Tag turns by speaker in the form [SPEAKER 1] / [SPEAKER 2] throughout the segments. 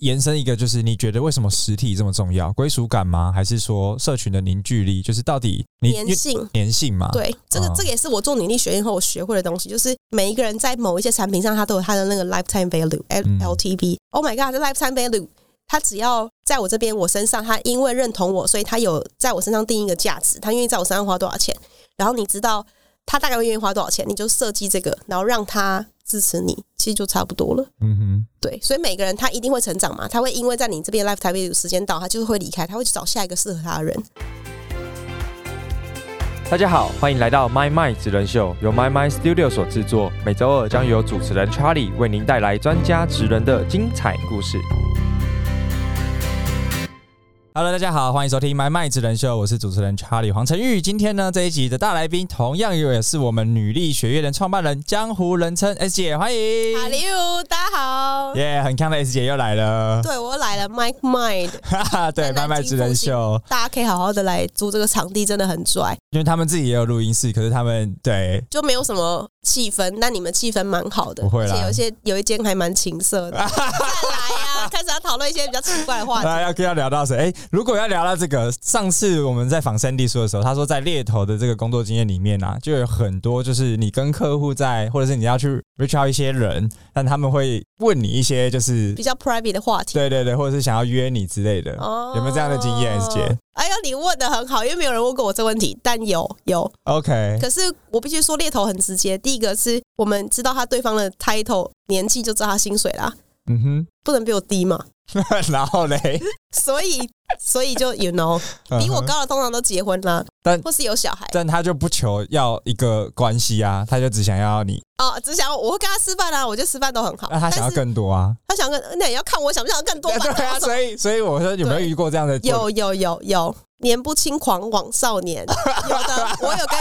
[SPEAKER 1] 延伸一个，就是你觉得为什么实体这么重要？归属感吗？还是说社群的凝聚力？就是到底你
[SPEAKER 2] 粘性。
[SPEAKER 1] 粘性嘛？，
[SPEAKER 2] 对，这个
[SPEAKER 1] 嗯
[SPEAKER 2] 这个也是我做女力学院后我学会的东西，就是每一个人在某一些产品上，他都有他的那个 lifetime value 哎
[SPEAKER 1] 嗯
[SPEAKER 2] L T V。Oh my god，这 lifetime value，他只要在我这边，我身上，他因为认同我，所以他有在我身上定一个价值，他愿意在我身上花多少钱，然后你知道他大概会愿意花多少钱，你就设计这个，然后让他支持你，其实就差不多了。
[SPEAKER 1] 嗯哼，
[SPEAKER 2] 对，所以每个人他一定会成长嘛，他会因为在你这边 lifetime value 时间到，他就是会离开，他会去找下一个适合他的人。
[SPEAKER 3] 大家好，欢迎来到 My My 职人秀，由 My My Studio 所制作。每周二将由主持人 Charlie 为您带来专家职人的精彩故事。
[SPEAKER 1] Hello，大家好，欢迎收听《My 麦职人秀》，我是主持人 Charlie 黄晨玉。今天呢，这一集的大来宾同样也是我们女力学院的创办人，江湖人称 S 姐，欢迎。
[SPEAKER 2] 哈利欧，大家 好。
[SPEAKER 1] 耶很康的 S 姐又来了，
[SPEAKER 2] 对我来了，Mike Mind，
[SPEAKER 1] 哈哈，对，
[SPEAKER 2] 在
[SPEAKER 1] 麦
[SPEAKER 2] 南
[SPEAKER 1] 麦
[SPEAKER 2] 京
[SPEAKER 1] 职人
[SPEAKER 2] 附近
[SPEAKER 1] 秀，
[SPEAKER 2] 大家可以好好的来租这个场地，真的很拽，
[SPEAKER 1] 因为他们自己也有录音室，可是他们对
[SPEAKER 2] 就没有什么气氛。那你们气氛蛮好的，
[SPEAKER 1] 不会
[SPEAKER 2] 而
[SPEAKER 1] 啦
[SPEAKER 2] 且有一些有一间还蛮情色 的。再来呀、开始要讨论一些比较奇怪的话题。
[SPEAKER 1] 那要要聊到谁？哎、如果要聊到这个，上次我们在访 Sandy 说的时候，他说在猎头的这个工作经验里面啊，就有很多就是你跟客户在，或者是你要去 reach out 一些人，但他们会问你一些就是
[SPEAKER 2] 比较 private 的话题
[SPEAKER 1] 对对对，或者是想要约你之类的，
[SPEAKER 2] 哦
[SPEAKER 1] 有没有这样的经验，S 姐？
[SPEAKER 2] 哎呦，你问的很好，因为没有人问过我这问题，但有有。
[SPEAKER 1] ？OK，
[SPEAKER 2] 可是我必须说，猎头很直接。第一个是我们知道他对方的 title 年纪，就知道他薪水啦，
[SPEAKER 1] 嗯
[SPEAKER 2] 不能比我低嘛。
[SPEAKER 1] 哼， 然后嘞，
[SPEAKER 2] 所以，所以就 you know，比我
[SPEAKER 1] 嗯哼，
[SPEAKER 2] 高的通常都结婚啦，
[SPEAKER 1] 但
[SPEAKER 2] 或是有小孩
[SPEAKER 1] 但他就不求要一个关系啊，他就只想要你，
[SPEAKER 2] 哦，只想我会跟他吃饭啊，我觉得吃饭都很好。
[SPEAKER 1] 那他想要
[SPEAKER 2] 但是
[SPEAKER 1] 更多啊，
[SPEAKER 2] 他想跟那也要看我想不想更多吧。
[SPEAKER 1] 对啊，所以所以我说有没有
[SPEAKER 2] 对
[SPEAKER 1] 遇过这样的？
[SPEAKER 2] 有有有有，年不轻狂枉少 年。有的，我有跟，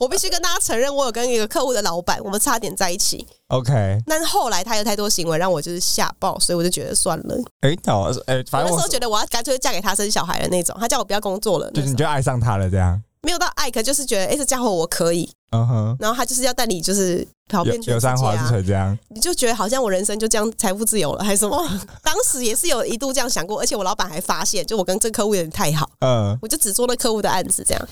[SPEAKER 2] 我必须跟大家承认，我有跟一个客户的老板，我们差点在一起。
[SPEAKER 1] ，OK。
[SPEAKER 2] 但后来他有太多行为让我就是吓爆，所以我就觉得算了。我
[SPEAKER 1] 哎、那我哎、反正
[SPEAKER 2] 那时
[SPEAKER 1] 我
[SPEAKER 2] 候觉得我要干脆嫁给他生小孩的那种，他叫我不要工作了，
[SPEAKER 1] 就
[SPEAKER 2] 那
[SPEAKER 1] 是你
[SPEAKER 2] 种
[SPEAKER 1] 就爱上他了，这样。
[SPEAKER 2] 没有到爱，可就是觉得哎、这家伙我可以。
[SPEAKER 1] 嗯哼，
[SPEAKER 2] 然后他就是要带你就是跑
[SPEAKER 1] 有
[SPEAKER 2] 遍全
[SPEAKER 1] 有
[SPEAKER 2] 世界
[SPEAKER 1] 山滑之
[SPEAKER 2] 啊。
[SPEAKER 1] 水这样。
[SPEAKER 2] 你就觉得好像我人生就这样财富自由了，还是什么？ 当时也是有一度这样想过，而且我老板还发现，就我跟这客户有点太好，
[SPEAKER 1] 嗯，
[SPEAKER 2] 我就只做那客户的案子，这样，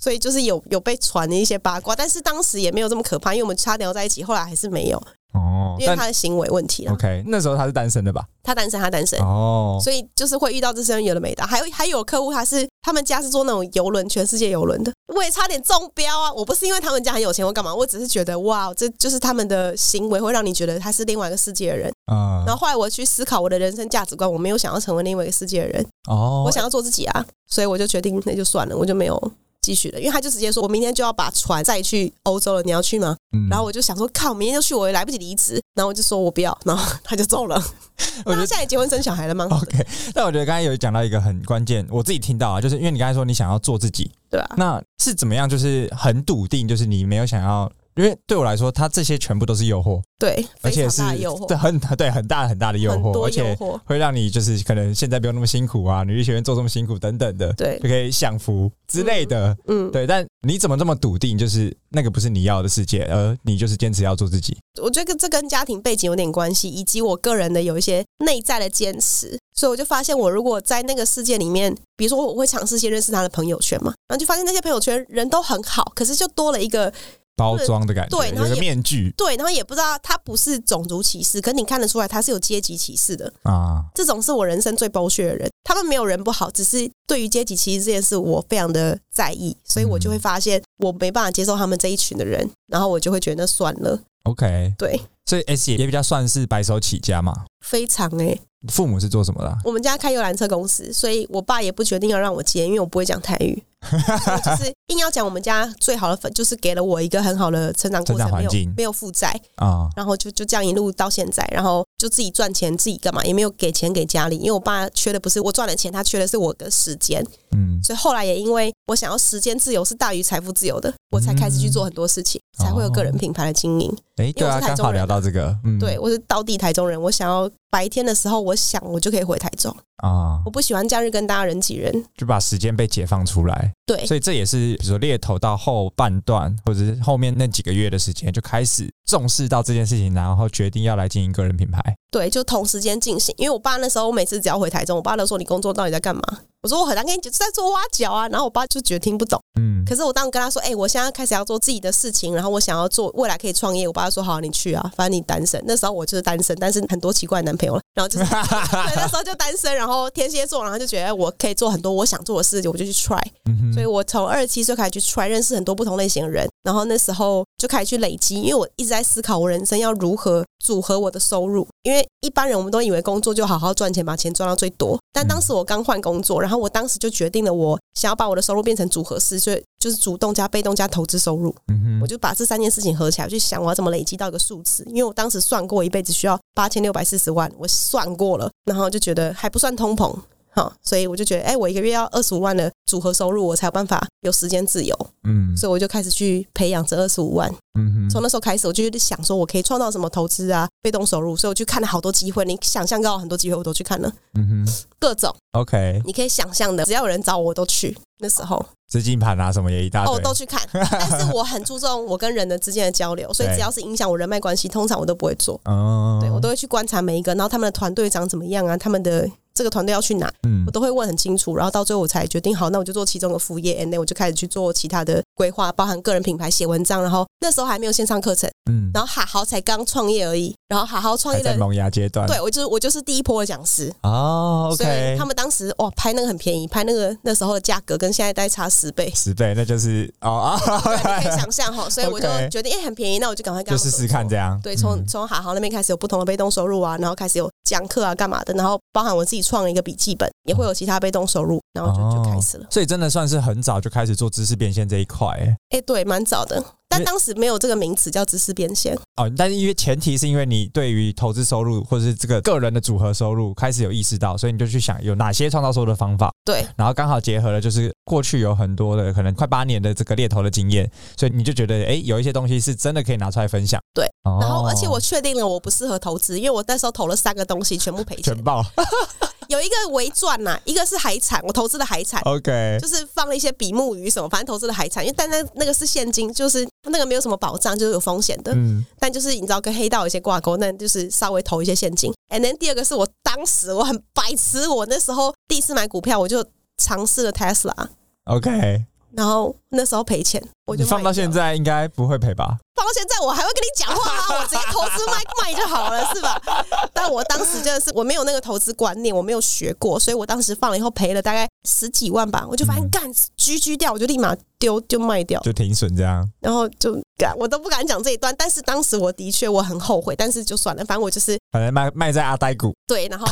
[SPEAKER 2] 所以就是有有被传的一些八卦，但是当时也没有这么可怕，因为我们差点要在一起，后来还是没有，
[SPEAKER 1] 哦，
[SPEAKER 2] 因为
[SPEAKER 1] 但
[SPEAKER 2] 他的行为问题了，
[SPEAKER 1] OK，那时候他是单身的吧？
[SPEAKER 2] 他单身，他单身，
[SPEAKER 1] 哦，
[SPEAKER 2] 所以就是会遇到这些有的没的，还有还有客户他是他们家是做那种游轮，全世界游轮的，我也差点中标啊！我不是因为他们家很有钱或干嘛，我只是觉得哇，这就是他们的行为会让你觉得他是另外一个世界的人。
[SPEAKER 1] 嗯，
[SPEAKER 2] 然后后来我去思考我的人生价值观，我没有想要成为另外一个世界的人，
[SPEAKER 1] 哦，
[SPEAKER 2] 我想要做自己啊，所以我就决定那就算了，我就没有。继续了，因为他就直接说，我明天就要把船载去欧洲了，你要去吗？
[SPEAKER 1] 嗯
[SPEAKER 2] 然后我就想说，靠，明天就去，我也来不及离职。然后我就说我不要，然后他就走了。
[SPEAKER 1] 我觉得哦
[SPEAKER 2] 那他现在也结婚生小孩了，蛮好的，
[SPEAKER 1] OK，但我觉得刚才有讲到一个很关键，我自己听到啊，就是因为你刚才说你想要做自己，
[SPEAKER 2] 对吧、啊？
[SPEAKER 1] 那是怎么样？就是很笃定，就是你没有想要。因为对我来说，它这些全部都是诱惑，
[SPEAKER 2] 对，
[SPEAKER 1] 哦而
[SPEAKER 2] 非
[SPEAKER 1] 且
[SPEAKER 2] 常
[SPEAKER 1] 是
[SPEAKER 2] 大的诱惑
[SPEAKER 1] 对。很对很大很大的诱
[SPEAKER 2] 很
[SPEAKER 1] 惑，
[SPEAKER 2] 多
[SPEAKER 1] 而
[SPEAKER 2] 诱
[SPEAKER 1] 且
[SPEAKER 2] 惑，
[SPEAKER 1] 会让你就是可能现在不用那么辛苦啊，女力学院做这么辛苦等等的，
[SPEAKER 2] 对
[SPEAKER 1] 就可以享福之类的。
[SPEAKER 2] 嗯，
[SPEAKER 1] 对，但你怎么这么笃定？就是那个不是你要的世界，而你就是坚持要做自己。
[SPEAKER 2] 我觉得这跟家庭背景有点关系，以及我个人的有一些内在的坚持，所以我就发现，我如果在那个世界里面，比如说我会尝试先认识他的朋友圈嘛，然后就发现那些朋友圈人都很好，可是就多了一个
[SPEAKER 1] 包装的感觉，
[SPEAKER 2] 对然后
[SPEAKER 1] 有个
[SPEAKER 2] 也
[SPEAKER 1] 面具
[SPEAKER 2] 对，然后也不知道他不是种族歧视，可你看得出来他是有阶级歧视的，
[SPEAKER 1] 啊，
[SPEAKER 2] 这种是我人生最剥削的人。他们没有人不好，只是对于阶级歧视这件事，我非常的在意，所以我就会发现我没办法接受他们这一群的人，然后我就会觉得那算了，
[SPEAKER 1] OK，
[SPEAKER 2] 对，
[SPEAKER 1] 所以 S 也也比较算是白手起家嘛。
[SPEAKER 2] 非常哎、
[SPEAKER 1] 父母是做什么的啊、
[SPEAKER 2] 我们家开游览车公司，所以我爸也不决定要让我接，因为我不会讲台 语，所以就是硬要讲我们家最好的粉，就是给了我一个很好的成长过
[SPEAKER 1] 成长
[SPEAKER 2] 程，没
[SPEAKER 1] 环
[SPEAKER 2] 有
[SPEAKER 1] 境
[SPEAKER 2] 没有负债，
[SPEAKER 1] 啊？
[SPEAKER 2] 然后就就这样一路到现在，然后就自己赚钱，自己干嘛也没有给钱给家里，因为我爸缺的不是我赚的钱，他缺的是我的时间，
[SPEAKER 1] 嗯，
[SPEAKER 2] 所以后来也因为我想要时间自由是大于财富自由的，我才开始去做很多事情，
[SPEAKER 1] 嗯
[SPEAKER 2] 才会有个人品牌的经营。
[SPEAKER 1] 哎，对
[SPEAKER 2] 因为我
[SPEAKER 1] 啊，
[SPEAKER 2] 是台
[SPEAKER 1] 刚
[SPEAKER 2] 中
[SPEAKER 1] 好
[SPEAKER 2] 人
[SPEAKER 1] 聊
[SPEAKER 2] 啊
[SPEAKER 1] 到这个，嗯，
[SPEAKER 2] 对，我是道地台中人，我想要白天的时候，我想我就可以回台中。
[SPEAKER 1] 啊
[SPEAKER 2] 我，不喜欢假日跟大家人挤人。
[SPEAKER 1] 就把时间被解放出来。
[SPEAKER 2] 对，
[SPEAKER 1] 所以这也是比如说猎头到后半段，或者是后面那几个月的时间，就开始重视到这件事情，然后决定要来经营个人品牌。
[SPEAKER 2] 对，就同时间进行。因为我爸那时候，我每次只要回台中，我爸都说你工作到底在干嘛？我说我很难跟你解释，在做挖角啊。然后我爸就觉得听不懂。
[SPEAKER 1] 嗯，
[SPEAKER 2] 可是我当跟他说，哎、我现在开始要做自己的事情，然后我想要做未来可以创业。我爸说好，你去啊，反正你单身。那时候我就是单身，但是很多奇怪的男朋友了。然后就是 对，那时候就单身，然后天蝎座，然后就觉得哎我可以做很多我想做的事情，我就去 try。
[SPEAKER 1] 嗯哼
[SPEAKER 2] 所以我从二十七岁开始去 try 认识很多不同类型的人，然后那时候就开始去累积，因为我一直在思考我人生要如何组合我的收入，因为一般人我们都以为工作就好好赚钱，把钱赚到最多，但当时我刚换工作，然后我当时就决定了，我想要把我的收入变成组合式，所以就是主动加被动加投资收入，
[SPEAKER 1] 嗯哼
[SPEAKER 2] 我就把这三件事情合起来，我去想我要怎么累积到一个数字，因为我当时算过一辈子需要八千六百四十万，我算过了，然后就觉得还不算通膨，好，所以我就觉得，哎、我一个月要二十五万的组合收入，我才有办法有时间自由，
[SPEAKER 1] 嗯
[SPEAKER 2] 所以我就开始去培养这二十五万。
[SPEAKER 1] 嗯哼
[SPEAKER 2] 从那时候开始，我就去想说，我可以创造什么投资啊，被动收入，所以我去看了好多机会，你想象到很多机会我都去看了，
[SPEAKER 1] 嗯哼
[SPEAKER 2] 各种
[SPEAKER 1] ，OK，
[SPEAKER 2] 你可以想象的，只要有人找我，我都去。那时候
[SPEAKER 1] 资金盘啊什么也一大堆，
[SPEAKER 2] 哦，都去看， 但是我很注重我跟人的之间的交流，所以
[SPEAKER 1] 对
[SPEAKER 2] 只要是影响我人脉关系，通常我都不会做。
[SPEAKER 1] 哦，
[SPEAKER 2] 对我都会去观察每一个，然后他们的团队长怎么样啊，他们的这个团队要去哪，
[SPEAKER 1] 嗯
[SPEAKER 2] 我都会问很清楚，然后到最后我才决定好，那我就做其中的副业，and then 我就开始去做其他的规划，包含个人品牌、写文章，然后那时候还没有线上课程，
[SPEAKER 1] 嗯，
[SPEAKER 2] 然后好好才刚创业而已，然后好好创
[SPEAKER 1] 还
[SPEAKER 2] 业
[SPEAKER 1] 在
[SPEAKER 2] 的，
[SPEAKER 1] 萌芽阶段，
[SPEAKER 2] 对我就是我就是第一波的讲师。
[SPEAKER 1] 哦
[SPEAKER 2] 所以
[SPEAKER 1] ，OK，，
[SPEAKER 2] 他们当时哇拍那个很便宜，拍那个那时候的价格跟现在大概差十倍
[SPEAKER 1] 十倍，那就是哦
[SPEAKER 2] 对，你 可以
[SPEAKER 1] 啊，
[SPEAKER 2] 想象哈。所以我就
[SPEAKER 1] OK
[SPEAKER 2] 决定，哎、很便宜，那我就赶快 跟
[SPEAKER 1] 就
[SPEAKER 2] 他们
[SPEAKER 1] 试试看
[SPEAKER 2] 合作
[SPEAKER 1] 这样，
[SPEAKER 2] 对，
[SPEAKER 1] 嗯
[SPEAKER 2] 从从好好那边开始有不同的被动收入啊，然后开始有讲课啊、干嘛的，然后包含我自己创了一个笔记本，也
[SPEAKER 1] 嗯
[SPEAKER 2] 会有其他被动收入，然后就、就
[SPEAKER 1] 哦
[SPEAKER 2] 开始了。
[SPEAKER 1] 所以真的算是很早就开始做知识变现这一块、欸。
[SPEAKER 2] 哎、对，蛮早的，但当时没有这个名词叫知识变现。
[SPEAKER 1] 哦，但是因为前提是因为你对于投资收入或者是这个个人的组合收入开始有意识到，所以你就去想有哪些创造收入的方法，
[SPEAKER 2] 对
[SPEAKER 1] 然后刚好结合了就是过去有很多的可能快八年的这个猎头的经验，所以你就觉得哎、诶有一些东西是真的可以拿出来分享。
[SPEAKER 2] 对
[SPEAKER 1] 哦，
[SPEAKER 2] 然后而且我确定了我不适合投资，因为我那时候投了三个东西全部赔钱
[SPEAKER 1] 全，爆
[SPEAKER 2] 有一个微赚呐、一个是海产，我投资的海产。
[SPEAKER 1] 哦，OK，
[SPEAKER 2] 就是放了一些比目鱼什么，反正投资的海产，因为但那那个是现金，就是那个没有什么保障， 就是有风险的。
[SPEAKER 1] 嗯，
[SPEAKER 2] 但就是你知道跟黑道有一些挂钩，那就是稍微投一些现金。And then 第二个是我当时我很白痴，我那时候第一次买股票，我就尝试了 Tesla，
[SPEAKER 1] OK，
[SPEAKER 2] 然后那时候赔钱，我
[SPEAKER 1] 你
[SPEAKER 2] 就
[SPEAKER 1] 放到现
[SPEAKER 2] 卖掉了，
[SPEAKER 1] 在应该不会赔吧？
[SPEAKER 2] 放到现在我还会跟你讲话啊，我直接投资卖卖就好了，是吧？但我当时真的是我没有那个投资观念，我没有学过，所以我当时放了以后赔了大概十几万吧，我就发现
[SPEAKER 1] 嗯
[SPEAKER 2] 干居居掉，我就立马丢就卖掉。
[SPEAKER 1] 就停损这样。
[SPEAKER 2] 然后就敢，我都不敢讲这一段。但是当时我的确我很后悔，但是就算了，反正我就是
[SPEAKER 1] 反正卖卖在阿呆股，
[SPEAKER 2] 对。然后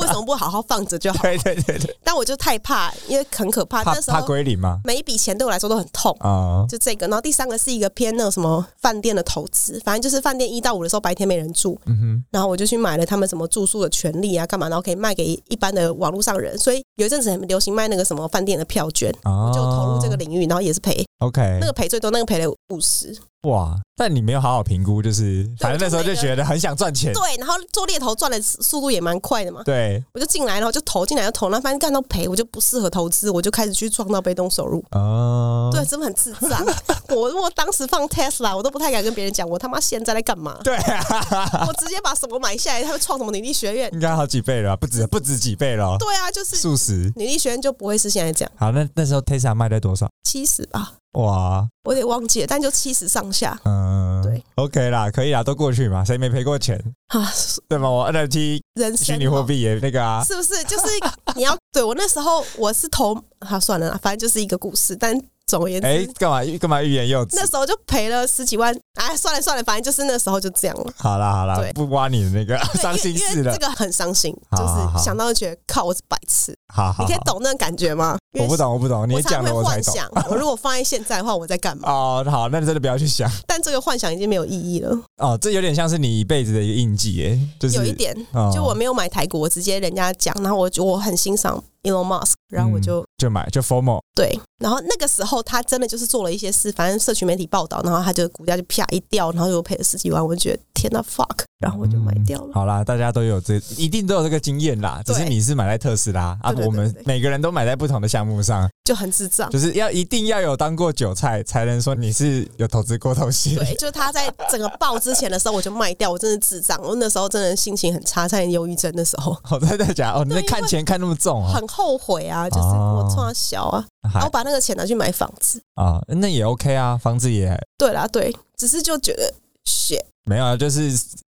[SPEAKER 2] 为什么不好好放着就好？
[SPEAKER 1] 对对对对，
[SPEAKER 2] 但我就太怕，因为很可怕。
[SPEAKER 1] 怕
[SPEAKER 2] 啊那时
[SPEAKER 1] 怕
[SPEAKER 2] 候
[SPEAKER 1] 归零嘛，
[SPEAKER 2] 每一笔钱对我来说都很痛。
[SPEAKER 1] 啊、
[SPEAKER 2] 就这个，然后第三个是一个偏那种什么饭店的投资，反正就是饭店一到五的时候白天没人住，
[SPEAKER 1] 嗯哼，
[SPEAKER 2] 然后我就去买了他们什么住宿的权利啊，干嘛，然后可以卖给一般的网络上人，所以有一阵子很流行卖那个什么饭店的票券，
[SPEAKER 1] 哦
[SPEAKER 2] 我就投入这个领域，然后也是赔，
[SPEAKER 1] OK，
[SPEAKER 2] 那个赔最多，那个赔了五十，
[SPEAKER 1] 哇！但你没有好好评估，就是反正那时候就觉得很想赚钱，
[SPEAKER 2] 对，然后做猎头赚的速度也蛮快的嘛，
[SPEAKER 1] 对，
[SPEAKER 2] 我就进来，然后就投进来，就投，那发现干到赔，我就不适合投资，我就开始去创造被动收入。
[SPEAKER 1] 哦，？
[SPEAKER 2] 对，真的很智障。我如果当时放 Tesla，我都不太敢跟别人讲，我他妈现在在干嘛
[SPEAKER 1] 对啊，
[SPEAKER 2] 我直接把什么买下来，他们创什么女力学院？
[SPEAKER 1] 应该好几倍了吧，不止不止几倍了，
[SPEAKER 2] 对啊，就是
[SPEAKER 1] 数十。
[SPEAKER 2] 女力学院就不会是现在这样，
[SPEAKER 1] 好，那那时候 Tesla 卖在多少？
[SPEAKER 2] 七十吧，
[SPEAKER 1] 哇，
[SPEAKER 2] 我有点忘记了，但就七十上下
[SPEAKER 1] 嗯，
[SPEAKER 2] 对
[SPEAKER 1] ，OK 啦，可以啦，都过去嘛，谁没赔过钱？
[SPEAKER 2] 啊，
[SPEAKER 1] 对吗？我 NFT
[SPEAKER 2] 人生
[SPEAKER 1] 虚
[SPEAKER 2] 啊
[SPEAKER 1] 拟货币也那个啊，
[SPEAKER 2] 是不是？就是 你要对我那时候我是投，好、算了啦，反正就是一个故事。但总而言之，
[SPEAKER 1] 哎，干嘛干嘛欲言又止
[SPEAKER 2] 那？时候就赔了十几万，哎，算了算了，反正就是那时候就这样了。
[SPEAKER 1] 好啦好啦
[SPEAKER 2] 对，
[SPEAKER 1] 不挖你的那个
[SPEAKER 2] 对
[SPEAKER 1] 伤心
[SPEAKER 2] 因为
[SPEAKER 1] 事
[SPEAKER 2] 因
[SPEAKER 1] 了
[SPEAKER 2] 为这，个很伤心，
[SPEAKER 1] 好
[SPEAKER 2] 就
[SPEAKER 1] 好好
[SPEAKER 2] 是想到就觉得靠，我是白痴。
[SPEAKER 1] 好好，
[SPEAKER 2] 你可以
[SPEAKER 1] 好，
[SPEAKER 2] 懂那种感觉吗？因
[SPEAKER 1] 我
[SPEAKER 2] 为
[SPEAKER 1] 不懂我不懂，你
[SPEAKER 2] 我
[SPEAKER 1] 讲
[SPEAKER 2] 常
[SPEAKER 1] 了
[SPEAKER 2] 会
[SPEAKER 1] 我才
[SPEAKER 2] 幻
[SPEAKER 1] 懂。
[SPEAKER 2] 想，我如果放在现在的话，我在干 嘛？
[SPEAKER 1] 哦，好，那你真的不要去想
[SPEAKER 2] 但这个幻想已经没有意义了，
[SPEAKER 1] 哦，这有点像是你一辈子的一个印记耶，就是
[SPEAKER 2] 有一点
[SPEAKER 1] 哦，
[SPEAKER 2] 就我没有买台股，我直接人家讲，然后我就我很欣赏 Elon Musk，
[SPEAKER 1] 嗯
[SPEAKER 2] 然后我就、
[SPEAKER 1] 就买就 formal，
[SPEAKER 2] 对，然后那个时候他真的就是做了一些事，反正社群媒体报道，然后他就股价就啪一掉，然后就赔了十几万，我就觉得天呐 fuck，然后我就卖掉了。
[SPEAKER 1] 好啦，大家都有这，一定都有这个经验啦。只
[SPEAKER 2] 对
[SPEAKER 1] 是你是买在特斯拉啊，
[SPEAKER 2] 对对对
[SPEAKER 1] 我们
[SPEAKER 2] 对啊
[SPEAKER 1] 每个人都买在不同的项目上，
[SPEAKER 2] 就很智障。
[SPEAKER 1] 就是要一定要有当过韭菜，才能说你是有投资过头绪。
[SPEAKER 2] 对，就他在整个爆之前的时候，我就卖掉，我真的智障。我那时候真的心情很差，差点忧郁症的时候，
[SPEAKER 1] 我真的假 的？哦，你
[SPEAKER 2] 对
[SPEAKER 1] 在
[SPEAKER 2] 因为
[SPEAKER 1] 看钱看那么重哦，
[SPEAKER 2] 很后悔啊，就是
[SPEAKER 1] 哦
[SPEAKER 2] 我创小啊，然后
[SPEAKER 1] 还
[SPEAKER 2] 把那个钱拿去买房子。
[SPEAKER 1] 啊，那也 OK 啊，房子也
[SPEAKER 2] 对啦，对，只是就觉得 shit，
[SPEAKER 1] 没有啊，就是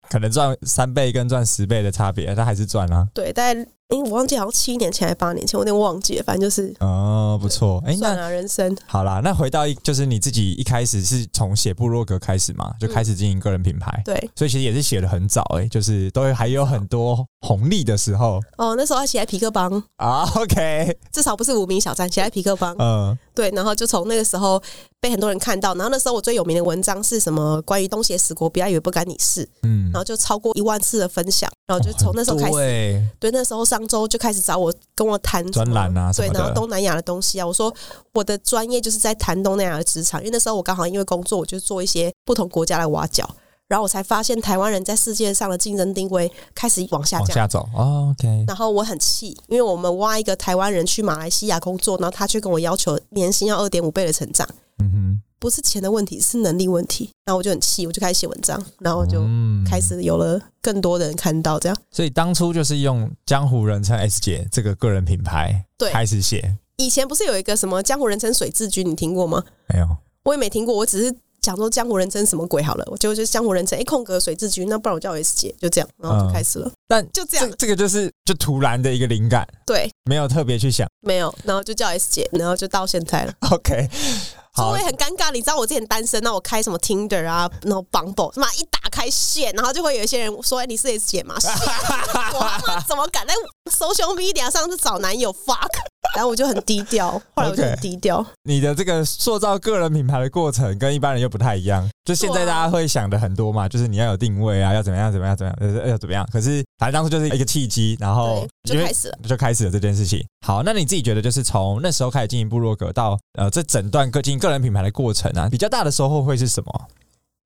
[SPEAKER 1] 可能赚三倍跟赚十倍的差别，但还是赚啊。
[SPEAKER 2] 对，但因为我忘记好像七年前还八年前，我有点忘记了，反正就是
[SPEAKER 1] 哦，不错。哎、
[SPEAKER 2] 算
[SPEAKER 1] 那
[SPEAKER 2] 了、人生。
[SPEAKER 1] 好啦，那回到一，就是你自己一开始是从写部落格开始嘛，就开始经营个人品牌。
[SPEAKER 2] 对，
[SPEAKER 1] 所以其实也是写的很早哎、就是都还有很多红利的时候
[SPEAKER 2] 哦，那时候还写在皮克邦，
[SPEAKER 1] 啊。OK，
[SPEAKER 2] 至少不是无名小站，写在皮克邦。
[SPEAKER 1] 嗯
[SPEAKER 2] 对，然后就从那个时候被很多人看到，然后那时候我最有名的文章是什么？关于东邪死国，不要以为不干你事，
[SPEAKER 1] 嗯
[SPEAKER 2] 然，后就超过一万次的分享，然后就从那时候开始，
[SPEAKER 1] 始
[SPEAKER 2] 对，那时候上周就开始找我跟我谈
[SPEAKER 1] 专栏
[SPEAKER 2] 啊，
[SPEAKER 1] 啊什
[SPEAKER 2] 对，
[SPEAKER 1] 么
[SPEAKER 2] 然后
[SPEAKER 1] 的，
[SPEAKER 2] 东南亚的东西啊，我说我的专业就是在谈东南亚的职场，因为那时候我刚好因为工作，我就做一些不同国家来挖角，然后我才发现台湾人在世界上的竞争定位开始往下
[SPEAKER 1] 往
[SPEAKER 2] 降。
[SPEAKER 1] 下走。哦、OK，
[SPEAKER 2] 然后我很气，因为我们挖一个台湾人去马来西亚工作，然后他却跟我要求年薪要二点五倍的成长。
[SPEAKER 1] 嗯
[SPEAKER 2] 不是钱的问题，是能力问题。然后我就很气，我就开始写文章，然后
[SPEAKER 1] 哼，
[SPEAKER 2] 我就
[SPEAKER 1] 嗯
[SPEAKER 2] 开。始有了更多的人看到这样。
[SPEAKER 1] 所以当初就是用江湖人称 S 姐这个个人品牌
[SPEAKER 2] 对
[SPEAKER 1] 开始写，
[SPEAKER 2] 以前不是有一个什么江湖人称水志军，你听过吗？
[SPEAKER 1] 没有
[SPEAKER 2] 我也没听过，我只是讲说江湖人称什么鬼好了，我就就是江湖人称，哎、空格水志军，那不然我叫 S 姐，就这样，然后就开始了，
[SPEAKER 1] 但
[SPEAKER 2] 就
[SPEAKER 1] 嗯这
[SPEAKER 2] 这样，
[SPEAKER 1] 这个就是就突然的一个灵感，
[SPEAKER 2] 对，
[SPEAKER 1] 没有特别去想。
[SPEAKER 2] 没有，然后就叫 S 姐，然后就到现在了。
[SPEAKER 1] OK，
[SPEAKER 2] 所以
[SPEAKER 1] 好
[SPEAKER 2] 我也，很尴尬，你知道我之前单身，那我开什么 Tinder 啊，然后 Bumble，妈一打开线，然后就会有一些人说：“哎、你是 S 姐 吗？”我他妈怎么敢在 social media 上去找男友 fuck？然后我就很低调，后来我就很
[SPEAKER 1] OK
[SPEAKER 2] 低调。
[SPEAKER 1] 你的这个塑造个人品牌的过程跟一般人又不太一样。就现在
[SPEAKER 2] 对啊
[SPEAKER 1] 大家会想的很多嘛，就是你要有定位啊，要怎么样怎么样怎么样，呃要怎么样。可是反正当初就是一个契机，然后
[SPEAKER 2] 对，
[SPEAKER 1] 因
[SPEAKER 2] 就
[SPEAKER 1] 为
[SPEAKER 2] 开始了。
[SPEAKER 1] 就开始了这件事情。好，那你自己觉得，就是从那时候开始经营部落格到呃这整段个经营个人品牌的过程啊，比较大的收获会是什么？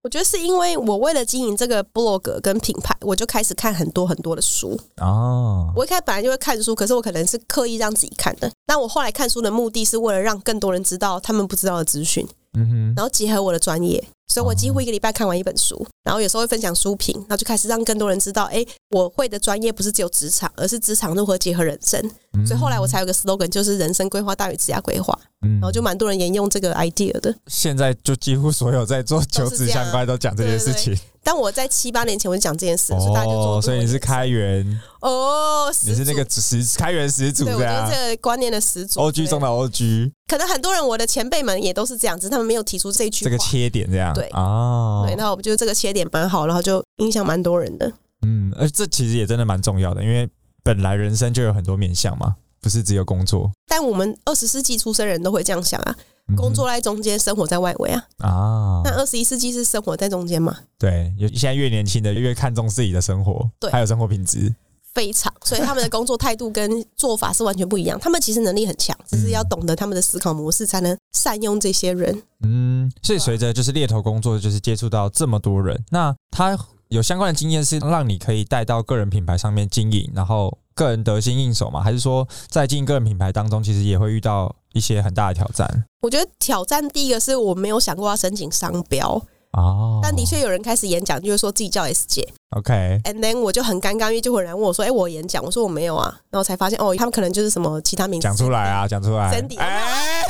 [SPEAKER 2] 我觉得是因为我为了经营这个 blog 跟品牌，我就开始看很多很多的书。
[SPEAKER 1] 哦，
[SPEAKER 2] 我一开始本来就会看书，可是我可能是刻意让自己看的。那我后来看书的目的是为了让更多人知道他们不知道的资讯。
[SPEAKER 1] 嗯哼，
[SPEAKER 2] 然后结合我的专业，所以我几乎一个礼拜看完一本书，然后有时候会分享书评，然后就开始让更多人知道，哎，我会的专业不是只有职场，而是职场如何结合人生。
[SPEAKER 1] 嗯
[SPEAKER 2] 所以后来我才有个 slogan，就是人生规划大于职业规划，
[SPEAKER 1] 嗯，
[SPEAKER 2] 然
[SPEAKER 1] 然
[SPEAKER 2] 后就蛮多人沿用这个 idea 的。
[SPEAKER 1] 现在就几乎所有在做求职相关都讲这件事情
[SPEAKER 2] 但我在七八年前我就讲这件事，所以大家就做。
[SPEAKER 1] 哦，所以你是开源，
[SPEAKER 2] 哦，
[SPEAKER 1] 你是那个
[SPEAKER 2] 始
[SPEAKER 1] 始开源始祖
[SPEAKER 2] 祖对，我
[SPEAKER 1] 这
[SPEAKER 2] 觉得
[SPEAKER 1] 样
[SPEAKER 2] 这个观念的始祖。
[SPEAKER 1] ，O G 中的 O G
[SPEAKER 2] 可能很多人我的前辈们也都是这样子，他们没有提出这一句
[SPEAKER 1] 这
[SPEAKER 2] 话。
[SPEAKER 1] 个切点这样，
[SPEAKER 2] 对
[SPEAKER 1] 哦，
[SPEAKER 2] 对，那我觉得这个切点蛮好，然后就影响蛮多人的。
[SPEAKER 1] 嗯，而这其实也真的蛮重要的，因为本来人生就有很多面向嘛，不是只有工作，
[SPEAKER 2] 但我们二十世纪出生人都会这样想啊，
[SPEAKER 1] 嗯哼
[SPEAKER 2] 工作在中间，生活在外围啊。
[SPEAKER 1] 啊，
[SPEAKER 2] 那二十一世纪是生活在中间嘛？
[SPEAKER 1] 对，有现在越年轻的越看重自己的生活，
[SPEAKER 2] 对
[SPEAKER 1] 还有生活品质，
[SPEAKER 2] 非常，所以他们的工作态度跟做法是完全不一样。他们其实能力很强，
[SPEAKER 1] 嗯
[SPEAKER 2] 只是要懂得他们的思考模式，才能善用这些人。
[SPEAKER 1] 嗯，所以
[SPEAKER 2] 对啊
[SPEAKER 1] 随着就是猎头工作，就是接触到这么多人，那他有相关的经验是让你可以带到个人品牌上面经营，然后个人得心应手嘛？还是说在经营个人品牌当中，其实也会遇到一些很大的挑战
[SPEAKER 2] 我觉得挑战第一个是我没有想过要申请商标，
[SPEAKER 1] 哦？
[SPEAKER 2] 但的确有人开始演讲，就是说自己叫 S 姐
[SPEAKER 1] ，OK，
[SPEAKER 2] ，and then 我就很尴尬，因为就有人问我说：“哎、我演讲？”我说：“我没有啊。”然后才发现哦，他们可能就是什么其他名 字
[SPEAKER 1] 讲出来 啊，讲出来
[SPEAKER 2] Sandy，
[SPEAKER 1] 哎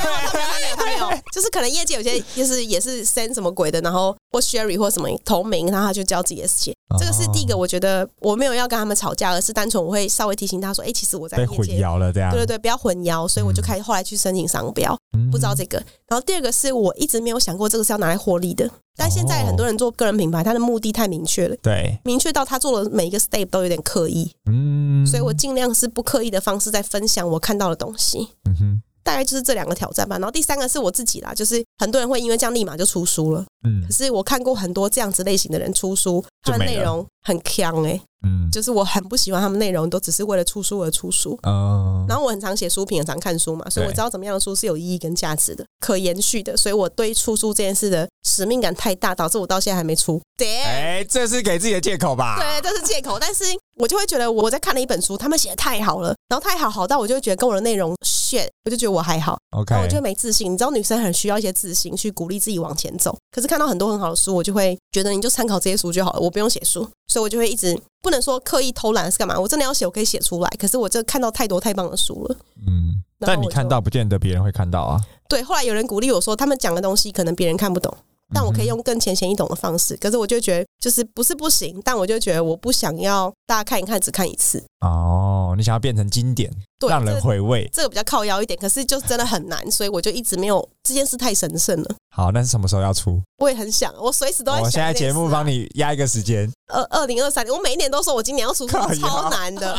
[SPEAKER 2] 他没有，就是可能业界有些就是也是 send 什么鬼的，然后或 Sherry 或什么同名，然后他就叫自己 S 姐。 这个是第一个，
[SPEAKER 1] 哦
[SPEAKER 2] 我觉得我没有要跟他们吵架，而是单纯我会稍微提醒他说，哎、其实我在
[SPEAKER 1] 被
[SPEAKER 2] 业
[SPEAKER 1] 混
[SPEAKER 2] 界。
[SPEAKER 1] 淆啊了这样，
[SPEAKER 2] 对对对，不要混淆，所以我就开始后来去申请商标，
[SPEAKER 1] 嗯
[SPEAKER 2] 不知道这个。然后第二个是我一直没有想过这个是要拿来获利的，但现
[SPEAKER 1] 哦
[SPEAKER 2] 在很多人做个人品牌，他的目的太明确了，
[SPEAKER 1] 对，
[SPEAKER 2] 明确到他做的每一个 step 都有点刻意，
[SPEAKER 1] 嗯，
[SPEAKER 2] 所以我尽量是不刻意的方式在分享我看到的东西。
[SPEAKER 1] 嗯哼，
[SPEAKER 2] 大概就是这两个挑战吧。然后第三个是我自己啦，就是很多人会因为这样立马就出书了，
[SPEAKER 1] 嗯
[SPEAKER 2] 可是我看过很多这样子类型的人出书，
[SPEAKER 1] 就
[SPEAKER 2] 他
[SPEAKER 1] 没了
[SPEAKER 2] 的内容很强哎、
[SPEAKER 1] 嗯，
[SPEAKER 2] 就是我很不喜欢他们内容都只是为了出书而出书。
[SPEAKER 1] 嗯，
[SPEAKER 2] 然后我很常写书评，很常看书嘛，所以我
[SPEAKER 1] 对
[SPEAKER 2] 知道怎么样的书是有意义跟价值的。可延续的，所以我对出书这件事的使命感太大，导致我到现在还没出。对，
[SPEAKER 1] 哎、这是给自己的借口吧？
[SPEAKER 2] 对，这是借口。但是我就会觉得我在看了一本书，他们写的太好了，然后太好好到我就会觉得跟我的内容 shit，我就觉得我还好，
[SPEAKER 1] ，OK，
[SPEAKER 2] 然后我就会没自信。你知道女生很需要一些自信去鼓励自己往前走，可是看到很多很好的书，我就会觉得你就参考这些书就好了，我不用写书，所以我就会一直不能说刻意偷懒是干嘛，我真的要写我可以写出来，可是我就看到太多太棒的书了。
[SPEAKER 1] 嗯，
[SPEAKER 2] 然
[SPEAKER 1] 但
[SPEAKER 2] 后
[SPEAKER 1] 你
[SPEAKER 2] 我就
[SPEAKER 1] 看到不见得别人会看到啊。
[SPEAKER 2] 对，后来有人鼓励我说，他们讲的东西可能别人看不懂，但我可以
[SPEAKER 1] 嗯哼
[SPEAKER 2] 用更浅显易懂的方式。可是我就觉得，就是不是不行，但我就觉得我不想要大家看一看只看一次，
[SPEAKER 1] 哦，你想要变成经典，
[SPEAKER 2] 对，
[SPEAKER 1] 让人
[SPEAKER 2] 这
[SPEAKER 1] 回味。
[SPEAKER 2] 这个比较靠腰一点，可是就真的很难，所以我就一直没有这件事太神圣了。
[SPEAKER 1] 好，那是什么时候要出？
[SPEAKER 2] 我也很想，我随时都在
[SPEAKER 1] 我
[SPEAKER 2] 想这件事
[SPEAKER 1] 哦现
[SPEAKER 2] 啊、
[SPEAKER 1] 在节目帮你压一个时间，
[SPEAKER 2] 二二零二三年，我每一年都说我今年要出书
[SPEAKER 1] 靠，腰
[SPEAKER 2] 超 难的，